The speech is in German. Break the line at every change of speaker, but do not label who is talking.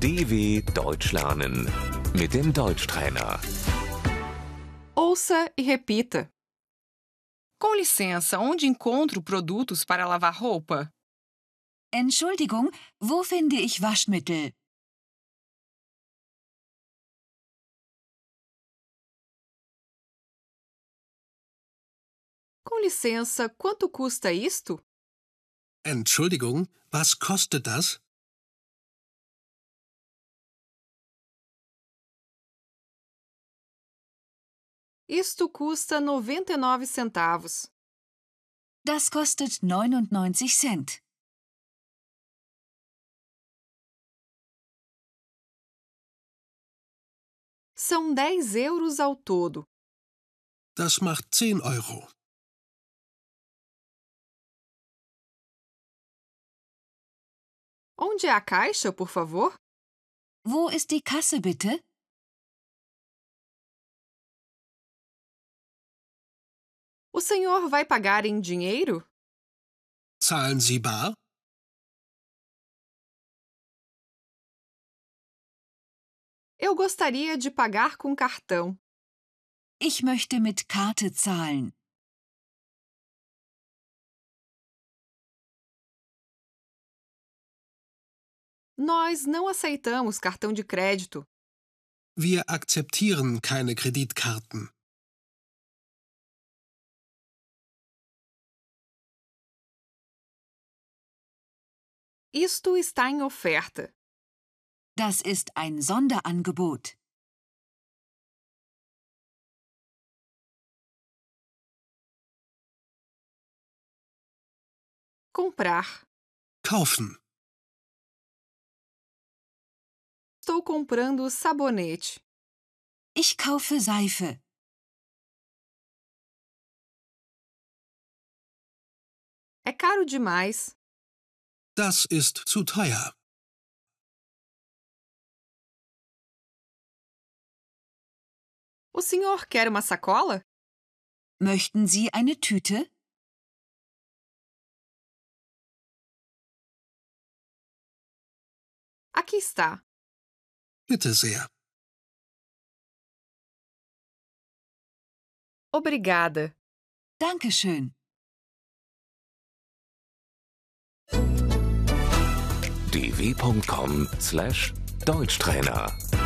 DW Deutsch lernen mit dem Deutschtrainer.
Ouça e repita. Com licença, onde encontro produtos para lavar roupa?
Entschuldigung, wo finde ich Waschmittel?
Com licença, quanto custa isto?
Entschuldigung, was kostet das?
Isto custa 99 centavos.
Das kostet 99 Cent.
São 10 euros ao todo.
Das macht 10 Euro.
Onde é a caixa, por favor?
Wo ist die Kasse bitte?
O senhor vai pagar em dinheiro?
Zahlen Sie bar?
Eu gostaria de pagar com cartão.
Ich möchte mit Karte zahlen.
Nós não aceitamos cartão de crédito.
Wir akzeptieren keine Kreditkarten.
Isto está em oferta.
Das ist ein Sonderangebot.
Comprar.
Kaufen.
Estou comprando sabonete.
Ich kaufe Seife.
É caro demais.
Das ist zu teuer.
O senhor quer uma sacola?
Möchten Sie eine Tüte?
Aqui está.
Bitte sehr.
Obrigada.
Dankeschön.
dw.com/deutschtrainer